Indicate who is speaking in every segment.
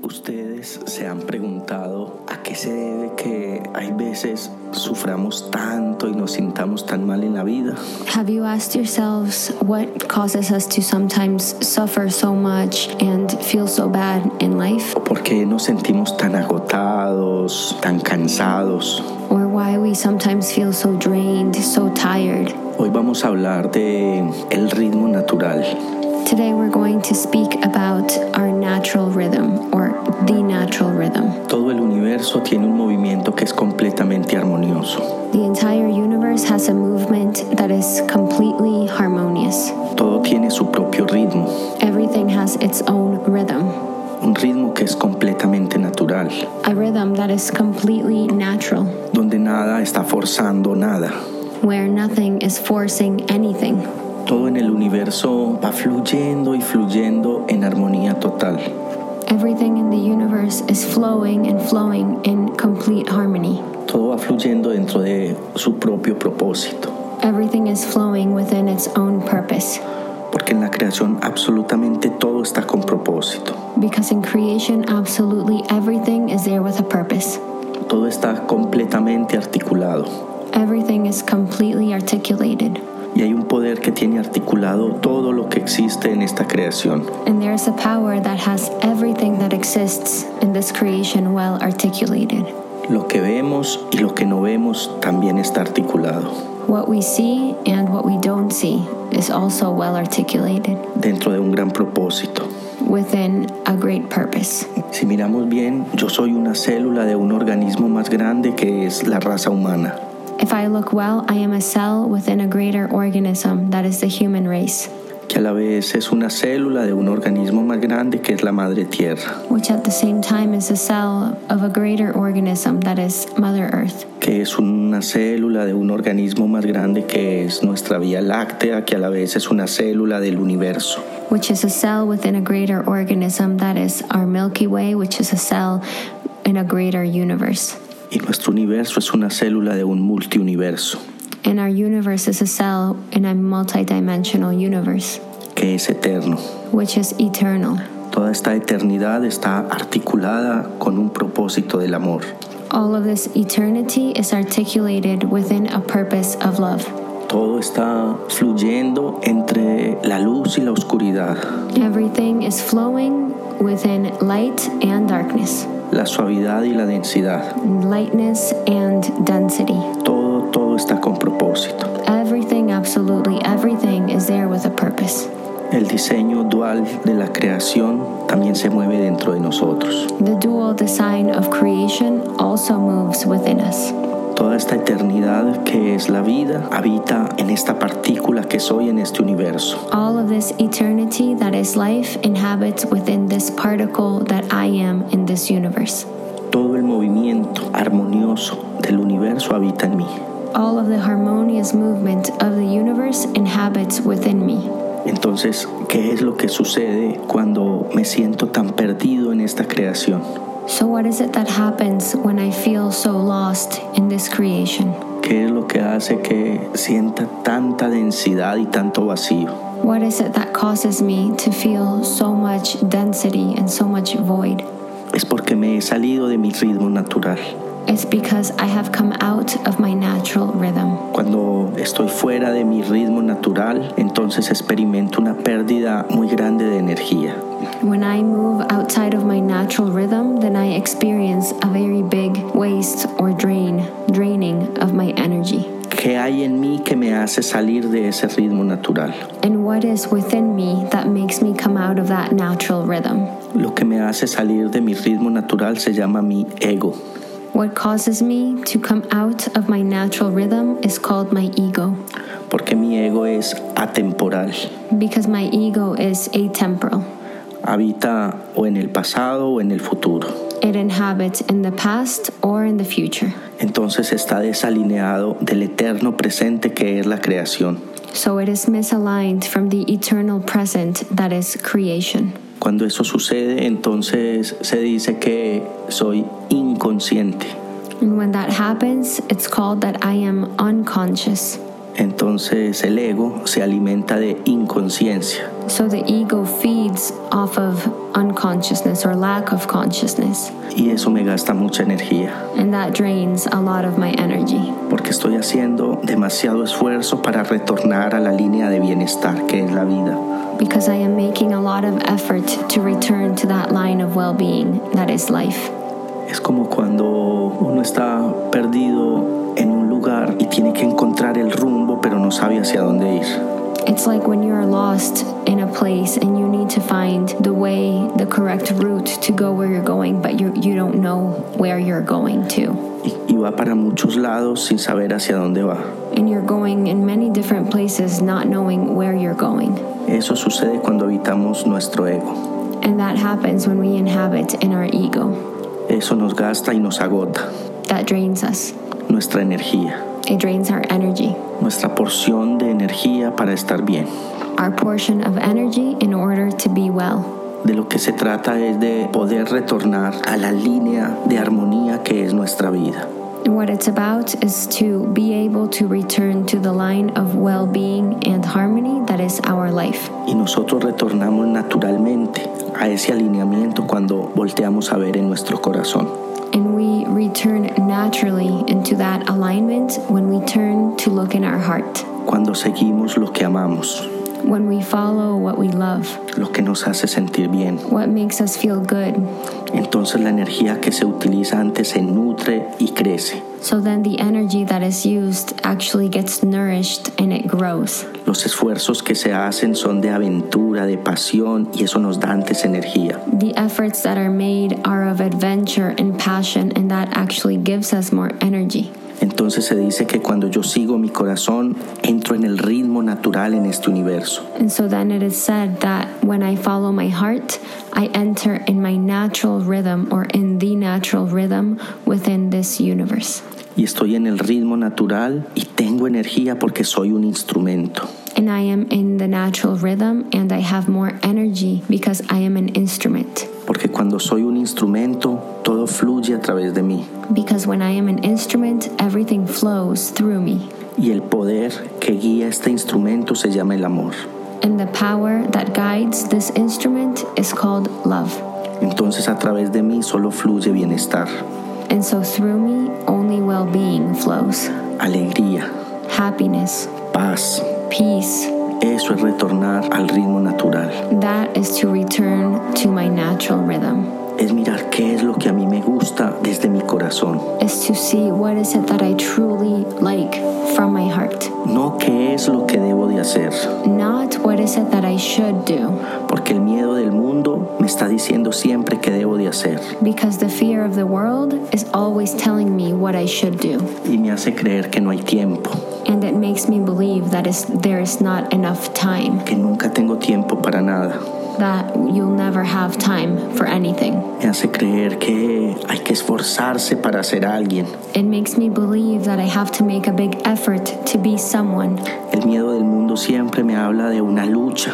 Speaker 1: Ustedes se han preguntado a qué se debe que hay veces suframos tanto y nos sintamos tan mal en la vida.
Speaker 2: Have you asked yourselves what causes us to sometimes suffer so much and feel so bad in life?
Speaker 1: ¿O por qué nos sentimos tan agotados, tan cansados?
Speaker 2: Or why we sometimes feel so drained, so tired?
Speaker 1: Hoy vamos a hablar de el ritmo natural.
Speaker 2: Today we're going to speak about our natural rhythm or the natural rhythm.
Speaker 1: Todo el universo tiene un movimiento que es completamente armonioso.
Speaker 2: The entire universe has a movement that is completely harmonious.
Speaker 1: Todo tiene su propio ritmo,
Speaker 2: Everything has its own rhythm,
Speaker 1: un ritmo que es completamente natural,
Speaker 2: a rhythm that is completely natural,
Speaker 1: donde nada está forzando nada.
Speaker 2: where nothing is forcing anything.
Speaker 1: Todo en el universo va fluyendo y fluyendo en armonía total.
Speaker 2: Everything in the universe is flowing and flowing in complete harmony.
Speaker 1: Todo va fluyendo dentro de su propio propósito,
Speaker 2: Everything is flowing within its own purpose
Speaker 1: porque en la creación absolutamente todo está con propósito.
Speaker 2: because in creation, absolutely everything is there with a purpose.
Speaker 1: Todo está completamente articulado
Speaker 2: Everything is completely articulated,
Speaker 1: y hay un poder que tiene articulado todo lo que existe en esta creación.
Speaker 2: and there is a power that has everything that exists in this creation well articulated.
Speaker 1: Lo que vemos y lo que no vemos también está articulado
Speaker 2: What we see and what we don't see is also well articulated
Speaker 1: dentro de un gran propósito.
Speaker 2: within a great purpose.
Speaker 1: Si miramos bien, yo soy una célula de un organismo más grande que es la raza humana.
Speaker 2: If I look well, I am a cell within a greater organism that is the human race,
Speaker 1: que a la vez es una célula de un organismo más grande que es la madre tierra,
Speaker 2: which at the same time is a cell of a greater organism that is Mother Earth,
Speaker 1: que es una célula de un organismo más grande que es nuestra Vía Láctea, que a la vez es una célula del universo.
Speaker 2: which is a cell within a greater organism that is our Milky Way, which is a cell in a greater universe.
Speaker 1: Y nuestro universo es una célula de un multiuniverso,
Speaker 2: And our universe is a cell in a multidimensional universe,
Speaker 1: que es eterno.
Speaker 2: which is eternal.
Speaker 1: Toda esta eternidad está articulada con un propósito del amor.
Speaker 2: All of this eternity is articulated within a purpose of love.
Speaker 1: Todo está fluyendo entre la luz y la oscuridad,
Speaker 2: Everything is flowing within light and darkness,
Speaker 1: la suavidad y la densidad.
Speaker 2: lightness and density.
Speaker 1: Todo, todo está con propósito.
Speaker 2: Everything, absolutely everything, is there with a purpose.
Speaker 1: El diseño dual de la creación también se mueve dentro de nosotros.
Speaker 2: The dual design of creation also moves within us.
Speaker 1: Toda esta eternidad que es la vida habita en esta partícula que soy en este universo.
Speaker 2: All of this eternity that is life inhabits within this particle that I am in this universe.
Speaker 1: Todo el movimiento armonioso del universo habita en mí.
Speaker 2: All of the harmonious movement of the universe inhabits within me.
Speaker 1: Entonces, ¿qué es lo que sucede cuando me siento tan perdido en esta creación?
Speaker 2: So, what is it that happens when I feel so lost in this creation?
Speaker 1: ¿Qué es lo que hace que sienta tanta densidad y tanto vacío?
Speaker 2: What is it that causes me to feel so much density and so much void?
Speaker 1: Es porque me he salido de mi ritmo natural.
Speaker 2: It's because I have come out of my natural rhythm.
Speaker 1: Cuando estoy fuera de mi ritmo natural, entonces experimento una pérdida muy grande de energía.
Speaker 2: When I move outside of my natural rhythm, then I experience a very big waste or drain, draining of my energy.
Speaker 1: ¿Qué hay en mí que me hace salir de ese ritmo natural?
Speaker 2: And what is within me that makes me come out of that natural rhythm?
Speaker 1: Lo que me hace salir de mi ritmo natural se llama mi ego.
Speaker 2: What causes me to come out of my natural rhythm is called my ego,
Speaker 1: porque mi ego es atemporal.
Speaker 2: because my ego is atemporal.
Speaker 1: Habita o en el pasado o en el futuro.
Speaker 2: It inhabits in the past or in the future.
Speaker 1: Entonces está desalineado del eterno presente que es la creación.
Speaker 2: So it is misaligned from the eternal present that is creation.
Speaker 1: Cuando eso sucede, entonces se dice que soy inconsciente.
Speaker 2: And when that happens, it's called that I am unconscious.
Speaker 1: Entonces el ego se alimenta de inconsciencia.
Speaker 2: So the ego feeds off of unconsciousness or lack of consciousness,
Speaker 1: Y eso me gasta mucha energía,
Speaker 2: and that drains a lot of my energy
Speaker 1: porque estoy haciendo demasiado esfuerzo para retornar a la línea de bienestar que es la vida.
Speaker 2: because I am making a lot of effort to return to that line of well being that is life.
Speaker 1: Es como cuando uno está perdido en un lugar y tiene que encontrar el rumbo, pero no sabe hacia dónde ir.
Speaker 2: It's like when you are lost in a place and you need to find the way, the correct route to go where you're going, but you, you don't know where you're going to.
Speaker 1: Y, y va para muchos lados sin saber hacia dónde va.
Speaker 2: And you're going in many different places not knowing where you're going.
Speaker 1: Eso sucede cuando habitamos nuestro ego.
Speaker 2: And that happens when we inhabit in our ego.
Speaker 1: Eso nos gasta y nos agota
Speaker 2: That drains us,
Speaker 1: nuestra energía,
Speaker 2: it drains our energy,
Speaker 1: nuestra porción de energía para estar bien.
Speaker 2: our portion of energy in order to be well.
Speaker 1: De lo que se trata es de poder retornar a la línea de armonía que es nuestra vida.
Speaker 2: And What it's about is to be able to return to the line of well being and harmony that is our life.
Speaker 1: Y nosotros retornamos naturalmente a ese alineamiento cuando volteamos a ver en nuestro corazón.
Speaker 2: And we return naturally into that alignment when we turn to look in our heart,
Speaker 1: Cuando seguimos lo que amamos,
Speaker 2: when we follow what we love,
Speaker 1: lo que nos hace sentir bien.
Speaker 2: what makes us feel good.
Speaker 1: Entonces la energía que se utiliza antes se nutre y crece.
Speaker 2: So then the energy that is used actually gets nourished and it grows.
Speaker 1: Los esfuerzos que se hacen son de aventura, de pasión y eso nos da antes energía.
Speaker 2: The efforts that are made are of adventure and passion, and that actually gives us more energy.
Speaker 1: Entonces se dice que cuando yo sigo mi corazón, entro en el ritmo natural en este universo.
Speaker 2: And so then it is said that when I follow my heart, I enter in my natural rhythm or in the natural rhythm within this universe.
Speaker 1: Y estoy en el ritmo natural y tengo energía porque soy un instrumento.
Speaker 2: And I am in the natural rhythm and I have more energy because I am an instrument.
Speaker 1: Porque cuando soy un instrumento, todo fluye a través de mí.
Speaker 2: Because when I am an instrument, everything flows through me.
Speaker 1: Y el poder que guía este instrumento se llama el amor.
Speaker 2: And the power that guides this instrument is called love.
Speaker 1: Entonces a través de mí solo fluye bienestar,
Speaker 2: And so through me, only well being flows
Speaker 1: alegría,
Speaker 2: happiness,
Speaker 1: paz.
Speaker 2: peace.
Speaker 1: Eso es retornar al ritmo natural.
Speaker 2: That is to return to my natural rhythm,
Speaker 1: Es mirar qué es lo que a mí me gusta desde mi corazón.
Speaker 2: is to see what is it that I truly like from my heart,
Speaker 1: No qué es lo que debo de hacer.
Speaker 2: not what is it that I should do,
Speaker 1: Porque el miedo del mundo me está diciendo siempre qué debo de hacer.
Speaker 2: because the fear of the world is always telling me what I should do,
Speaker 1: Y me hace creer que no hay tiempo.
Speaker 2: and it makes me believe that is, there is not enough time,
Speaker 1: Que nunca tengo tiempo para nada.
Speaker 2: that you'll never have time for anything.
Speaker 1: Me hace creer que hay que esforzarse para ser alguien.
Speaker 2: It makes me believe that I have to make a big effort to be someone.
Speaker 1: El miedo del mundo siempre me habla de una lucha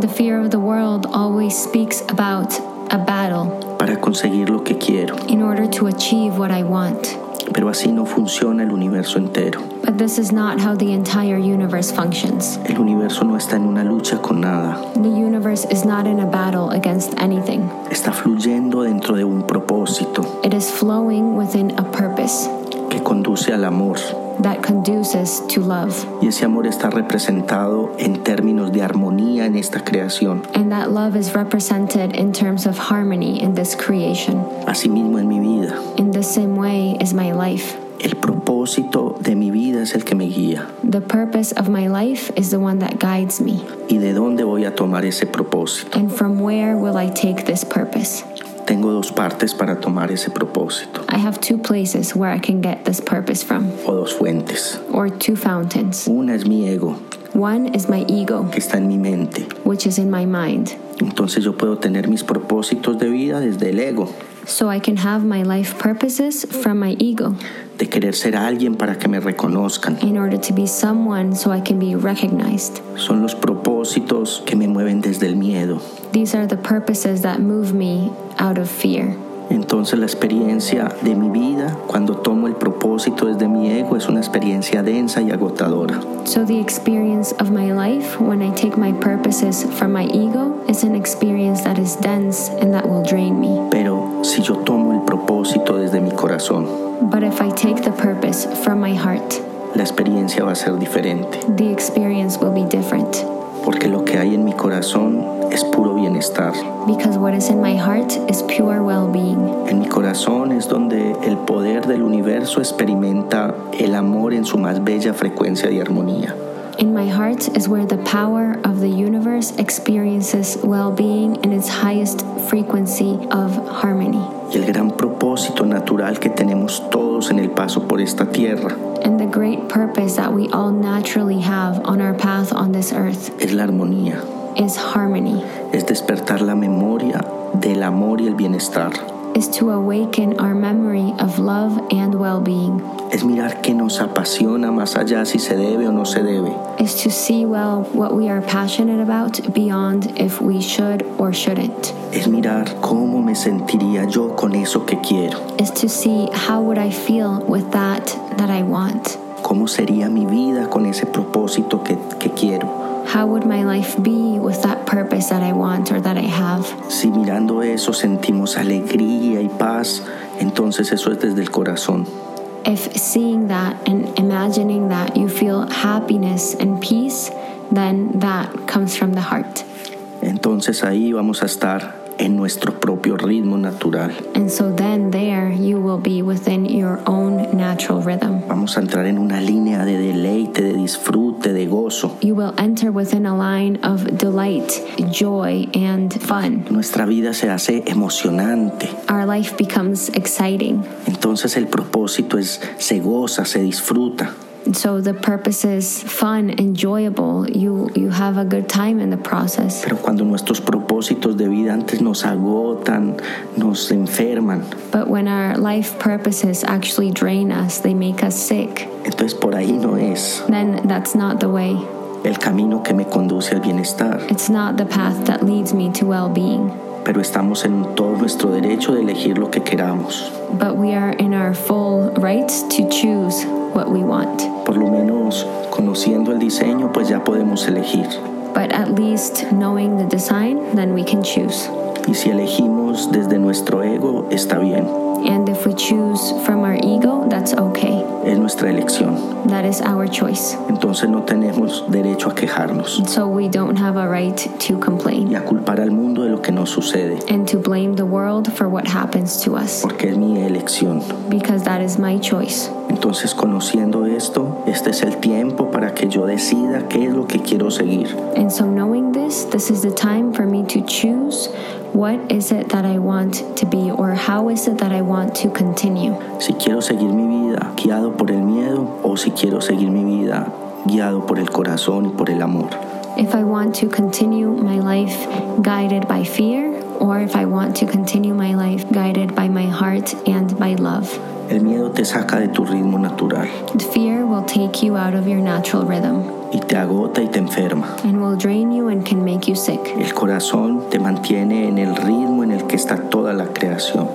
Speaker 2: The fear of the world always speaks about a battle.
Speaker 1: para conseguir lo que quiero.
Speaker 2: in order to achieve what I want.
Speaker 1: Pero así no funciona el universo entero.
Speaker 2: But this is not how the entire universe functions.
Speaker 1: El universo no está en una lucha con nada.
Speaker 2: The universe is not in a battle against anything,
Speaker 1: Está fluyendo dentro de un propósito
Speaker 2: it is flowing within a purpose
Speaker 1: que conduce al amor.
Speaker 2: that conduces to love.
Speaker 1: Y ese amor está representado en términos de armonía en esta creación.
Speaker 2: And that love is represented in terms of harmony in this creation.
Speaker 1: Asimismo en mi vida.
Speaker 2: In the same way is my life.
Speaker 1: El propósito de mi vida es el que me guía.
Speaker 2: The purpose of my life is the one that guides me.
Speaker 1: ¿Y de dónde voy a tomar ese propósito?
Speaker 2: And from where will I take this purpose?
Speaker 1: Tengo dos partes para tomar ese propósito.
Speaker 2: I have two places where I can get this purpose from,
Speaker 1: O dos fuentes.
Speaker 2: or two fountains.
Speaker 1: Una es mi ego,
Speaker 2: One is my ego,
Speaker 1: que está en mi mente.
Speaker 2: which is in my mind.
Speaker 1: Entonces yo puedo tener mis propósitos de vida desde el ego.
Speaker 2: So I can have my life purposes from my ego
Speaker 1: de querer ser alguien para que me reconozcan.
Speaker 2: in order to be someone so I can be recognized.
Speaker 1: Son los propósitos que me mueven desde el miedo.
Speaker 2: These are the purposes that move me out of fear.
Speaker 1: Entonces la experiencia de mi vida, cuando tomo el propósito desde mi ego, es una experiencia densa y agotadora.
Speaker 2: So, the experience of my life, when I take my purposes from my ego, is an experience that is dense and that will drain me.
Speaker 1: Pero si yo tomo el propósito desde mi corazón,
Speaker 2: But if I take the purpose from my heart,
Speaker 1: la experiencia va a ser diferente.
Speaker 2: the experience will be different.
Speaker 1: Porque lo que hay en mi corazón es puro bienestar.
Speaker 2: Because what is in my heart is pure well being.
Speaker 1: En mi corazón es donde el poder del universo experimenta el amor en su más bella frecuencia y armonía.
Speaker 2: In my heart is where the power of the universe experiences well being in its highest frequency of harmony.
Speaker 1: Y el gran propósito natural que tenemos todos en el paso por esta tierra
Speaker 2: And the great purpose that we all naturally have on our path on this earth
Speaker 1: es la armonía,
Speaker 2: is harmony,
Speaker 1: es despertar la memoria del amor y el bienestar.
Speaker 2: is to awaken our memory of love and well being,
Speaker 1: Es mirar qué nos apasiona más allá si se debe o no se debe.
Speaker 2: is to see well what we are passionate about beyond if we should or shouldn't,
Speaker 1: Es mirar cómo me sentiría yo con eso que quiero.
Speaker 2: is to see how would I feel with that that I want.
Speaker 1: ¿Cómo sería mi vida con ese propósito que, que quiero?
Speaker 2: How would my life be with that purpose that I want or that I have?
Speaker 1: Si mirando eso sentimos alegría y paz, entonces eso es desde el corazón.
Speaker 2: If seeing that and imagining that you feel happiness and peace, then that comes from the heart.
Speaker 1: Entonces ahí vamos a estar en nuestro propio ritmo natural.
Speaker 2: And so then there you will be within your own natural rhythm.
Speaker 1: Vamos a entrar en una línea de deleite, de disfrute, de gozo.
Speaker 2: You will enter within a line of delight, joy, and fun.
Speaker 1: Nuestra vida se hace emocionante.
Speaker 2: Our life becomes exciting.
Speaker 1: Entonces el propósito es se goza, se disfruta.
Speaker 2: So the purpose is fun, enjoyable. You you have a good time in the process.
Speaker 1: Pero cuando nuestros propósitos de vida antes nos agotan, nos enferman,
Speaker 2: But when our life purposes actually drain us, they make us sick,
Speaker 1: entonces por ahí no es
Speaker 2: then that's not the way.
Speaker 1: el camino que me conduce al bienestar.
Speaker 2: It's not the path that leads me to well being.
Speaker 1: Pero estamos en todo nuestro derecho de elegir lo que queramos.
Speaker 2: But we are in our full rights to choose what we want.
Speaker 1: Por lo menos conociendo el diseño, pues ya podemos elegir.
Speaker 2: But at least knowing the design, then we can choose.
Speaker 1: Y si elegimos desde nuestro ego, está bien.
Speaker 2: And if we choose from our ego, that's okay.
Speaker 1: Es nuestra elección.
Speaker 2: That is our choice.
Speaker 1: Entonces no tenemos derecho a quejarnos
Speaker 2: So we don't have a right to
Speaker 1: y
Speaker 2: complain
Speaker 1: a culpar al mundo de lo que nos sucede,
Speaker 2: and to blame the world for what happens to us
Speaker 1: porque es mi elección.
Speaker 2: because that is my choice.
Speaker 1: Entonces conociendo esto, este es el tiempo para que yo decida qué es lo que quiero seguir.
Speaker 2: And so, knowing this, this is the time for me to choose what is it that I want to be or how is it that I want to continue.
Speaker 1: Si quiero seguir mi vida guiado por el miedo o si quiero seguir mi vida guiado por el corazón y por el amor.
Speaker 2: If I want to continue my life guided by fear or if I want to continue my life guided by my heart and by love.
Speaker 1: El miedo te saca de tu ritmo natural
Speaker 2: Fear will take you out of your natural rhythm
Speaker 1: y te agota y te enferma.
Speaker 2: and will drain you and can make you sick.
Speaker 1: El corazón te mantiene en el ritmo en el que está toda la creación.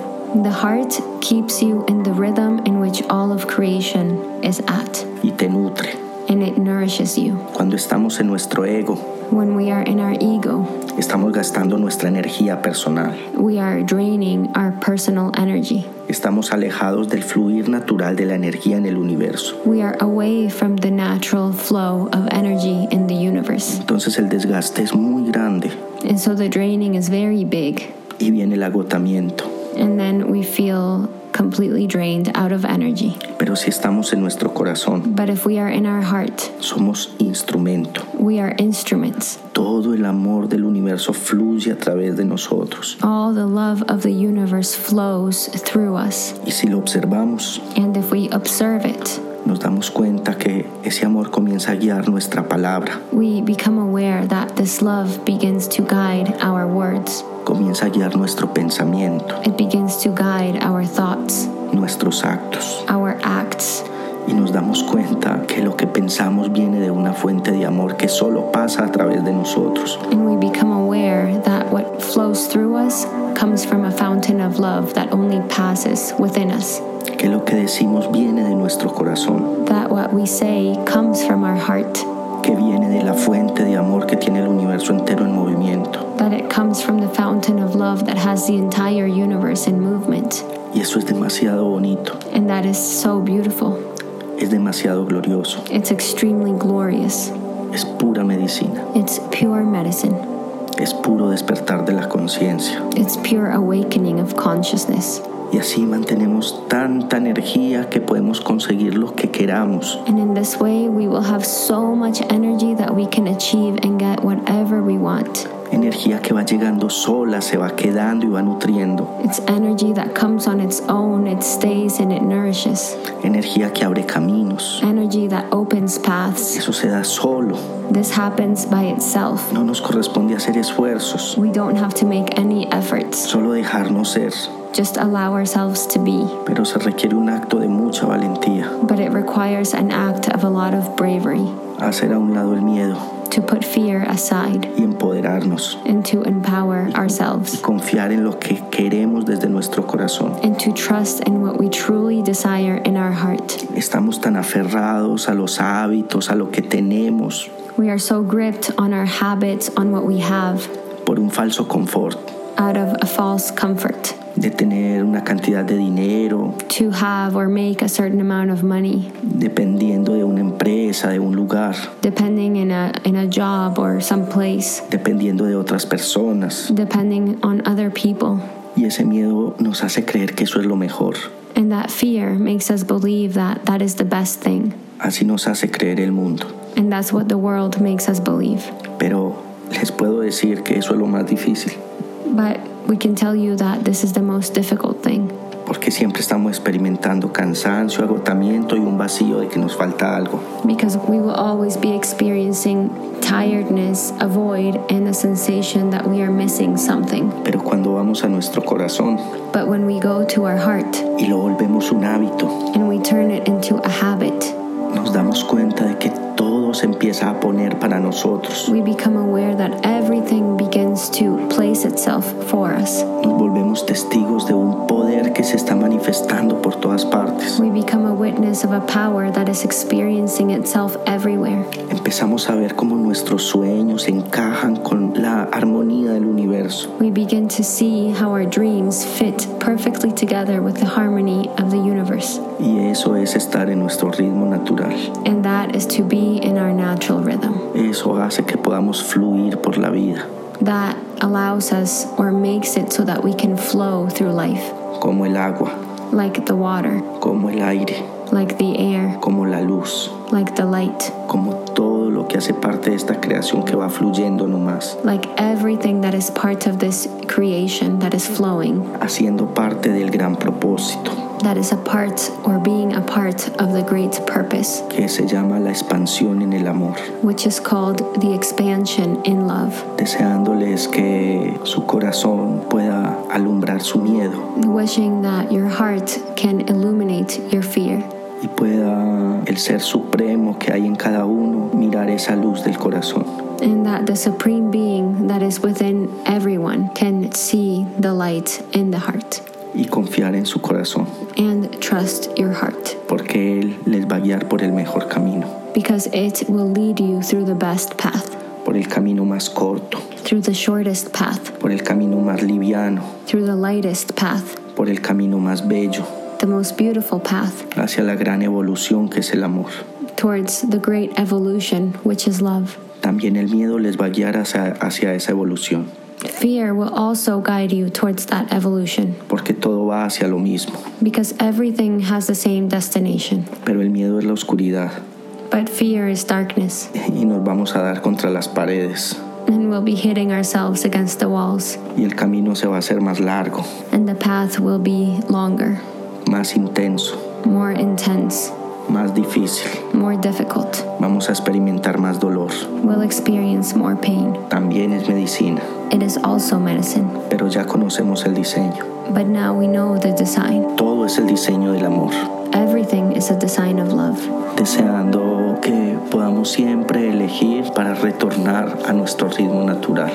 Speaker 2: The heart keeps you in the rhythm in which all of creation is at
Speaker 1: y te nutre.
Speaker 2: and it nourishes you.
Speaker 1: Cuando estamos en nuestro ego,
Speaker 2: When we are in our ego,
Speaker 1: estamos gastando nuestra energía personal.
Speaker 2: we are draining our personal energy.
Speaker 1: Estamos alejados del fluir natural de la energía en el universo.
Speaker 2: We are away from the natural flow of energy in the universe.
Speaker 1: Entonces el desgaste es muy grande
Speaker 2: And so the draining is very big.
Speaker 1: y viene el agotamiento.
Speaker 2: And then we feel completely drained out of energy.
Speaker 1: Pero si estamos en nuestro corazón,
Speaker 2: But if we are in our heart,
Speaker 1: somos instrumento.
Speaker 2: we are instruments.
Speaker 1: Todo el amor del universo fluye a través de nosotros.
Speaker 2: All the love of the universe flows through us.
Speaker 1: Y si lo observamos,
Speaker 2: And if we observe it,
Speaker 1: nos damos cuenta que ese amor comienza a guiar nuestra palabra,
Speaker 2: we become aware that this love begins to guide our words.
Speaker 1: comienza a guiar nuestro pensamiento,
Speaker 2: It begins to guide our thoughts,
Speaker 1: nuestros actos.
Speaker 2: our acts.
Speaker 1: y nos damos cuenta que lo que pensamos viene de una fuente de amor que solo pasa a través de nosotros.
Speaker 2: And we become aware that what flows through us comes from a fountain of love that only passes within us,
Speaker 1: que lo que decimos viene de nuestro corazón,
Speaker 2: that what we say comes from our heart,
Speaker 1: que viene de la fuente de amor que tiene el universo entero en movimiento.
Speaker 2: that it comes from the fountain of love that has the entire universe in movement.
Speaker 1: Y eso es demasiado bonito,
Speaker 2: And that is so beautiful.
Speaker 1: es demasiado glorioso,
Speaker 2: It's extremely glorious.
Speaker 1: es pura medicina,
Speaker 2: It's pure medicine.
Speaker 1: es puro despertar de la conciencia.
Speaker 2: It's pure awakening of consciousness.
Speaker 1: Y así mantenemos tanta energía que podemos conseguir lo que queramos.
Speaker 2: And in this way, we will have so much energy that we can achieve and get whatever we want.
Speaker 1: Energía que va llegando sola, se va quedando y va nutriendo.
Speaker 2: It's energy that comes on its own, it stays and it nourishes.
Speaker 1: Energía que abre caminos.
Speaker 2: Energy that opens paths.
Speaker 1: Eso se da solo.
Speaker 2: This happens by itself.
Speaker 1: No nos corresponde hacer esfuerzos.
Speaker 2: We don't have to make any efforts,
Speaker 1: Solo dejarnos ser.
Speaker 2: just allow ourselves to be.
Speaker 1: Pero se requiere un acto de mucha valentía.
Speaker 2: But it requires an act of a lot of bravery
Speaker 1: Hacer a un lado el miedo
Speaker 2: to put fear aside
Speaker 1: y empoderarnos.
Speaker 2: and to empower
Speaker 1: Y
Speaker 2: ourselves
Speaker 1: confiar en lo que queremos desde nuestro corazón.
Speaker 2: and to trust in what we truly desire in our heart.
Speaker 1: Estamos tan aferrados a los hábitos, a lo que tenemos,
Speaker 2: We are so gripped on our habits, on what we have,
Speaker 1: por un falso confort.
Speaker 2: out of a false comfort
Speaker 1: de tener una cantidad de dinero,
Speaker 2: to have or make a certain amount of money,
Speaker 1: dependiendo de una empresa, de un lugar,
Speaker 2: depending in a, in a job or some place,
Speaker 1: dependiendo de otras personas.
Speaker 2: depending on other people.
Speaker 1: Y ese miedo nos hace creer que eso es lo mejor.
Speaker 2: And that fear makes us believe that that is the best thing.
Speaker 1: Así nos hace creer el mundo.
Speaker 2: And that's what the world makes us believe.
Speaker 1: Pero les puedo decir que eso es lo más difícil,
Speaker 2: But we can tell you that this is the most difficult thing
Speaker 1: porque siempre estamos experimentando cansancio, agotamiento y un vacío de que nos falta algo.
Speaker 2: because we will always be experiencing tiredness, a void, and a sensation that we are missing something.
Speaker 1: Pero cuando vamos a nuestro corazón
Speaker 2: But when we go to our heart
Speaker 1: y lo volvemos un hábito,
Speaker 2: and we turn it into a habit,
Speaker 1: nos damos cuenta de que todo se empieza a poner para nosotros.
Speaker 2: we become aware that everything begins to place itself for us.
Speaker 1: Nos volvemos testigos de un poder que se está manifestando por todas partes.
Speaker 2: We become a witness of a power that is experiencing itself everywhere.
Speaker 1: Empezamos a ver cómo nuestros sueños encajan con la armonía del universo.
Speaker 2: We begin to see how our dreams fit perfectly together with the harmony of the universe.
Speaker 1: Y eso es estar en nuestro ritmo natural.
Speaker 2: and that is to be in our natural rhythm.
Speaker 1: Eso hace que podamos fluir por la vida,
Speaker 2: That allows us or makes it so that we can flow through life,
Speaker 1: como el agua,
Speaker 2: like the water,
Speaker 1: como el aire,
Speaker 2: like the air,
Speaker 1: como la luz,
Speaker 2: like the light,
Speaker 1: como todo lo que hace parte de esta creación que va fluyendo nomás,
Speaker 2: like everything that is part of this creation that is flowing,
Speaker 1: haciendo parte del gran propósito,
Speaker 2: that is a part or being a part of the great purpose,
Speaker 1: que se llama la expansión en el amor.
Speaker 2: which is called the expansion in love.
Speaker 1: deseándoles que su corazón pueda alumbrar su miedo
Speaker 2: Wishing that your heart can illuminate your fear.
Speaker 1: y pueda el ser supremo que hay en cada uno mirar esa luz del corazón.
Speaker 2: and that the Supreme Being that is within everyone can see the light in the heart
Speaker 1: Y confiar en su corazón,
Speaker 2: and trust your heart
Speaker 1: porque Él les va a guiar por el mejor camino,
Speaker 2: because it will lead you through the best path,
Speaker 1: por el camino más corto,
Speaker 2: through the shortest path,
Speaker 1: por el camino más liviano,
Speaker 2: through the lightest path,
Speaker 1: por el camino más bello,
Speaker 2: the most beautiful path
Speaker 1: hacia la gran evolución que es el amor.
Speaker 2: towards the great evolution, which is love.
Speaker 1: También el miedo les va a guiar hacia, hacia esa evolución,
Speaker 2: Fear will also guide you towards that evolution
Speaker 1: porque todo va hacia lo mismo,
Speaker 2: because everything has the same destination.
Speaker 1: pero el miedo es la oscuridad.
Speaker 2: But fear is darkness,
Speaker 1: y nos vamos a dar contra las paredes
Speaker 2: and we'll be hitting ourselves against the walls.
Speaker 1: y el camino se va a hacer más largo,
Speaker 2: and the path will be longer,
Speaker 1: más intenso,
Speaker 2: more intense,
Speaker 1: más difícil.
Speaker 2: more difficult.
Speaker 1: Vamos a experimentar más dolor.
Speaker 2: We'll experience more pain.
Speaker 1: También es medicina,
Speaker 2: It is also medicine,
Speaker 1: pero ya conocemos el diseño.
Speaker 2: but now we know the design.
Speaker 1: Todo es el diseño del amor.
Speaker 2: Everything is a design of love,
Speaker 1: deseando que podamos siempre elegir para retornar a nuestro ritmo natural.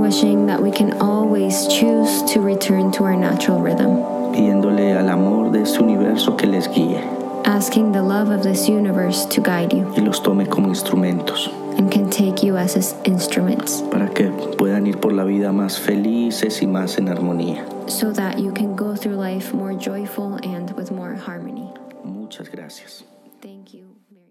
Speaker 2: wishing that we can always choose to return to our natural rhythm,
Speaker 1: pidiéndole al amor de este universo que les guíe
Speaker 2: asking the love of this universe to guide you
Speaker 1: y los tome como instrumentos
Speaker 2: and can take you as its instruments
Speaker 1: para que puedan ir por la vida más felices y más en armonía.
Speaker 2: so that you can go through life more joyful and with more harmony.
Speaker 1: Muchas gracias.
Speaker 2: Thank you.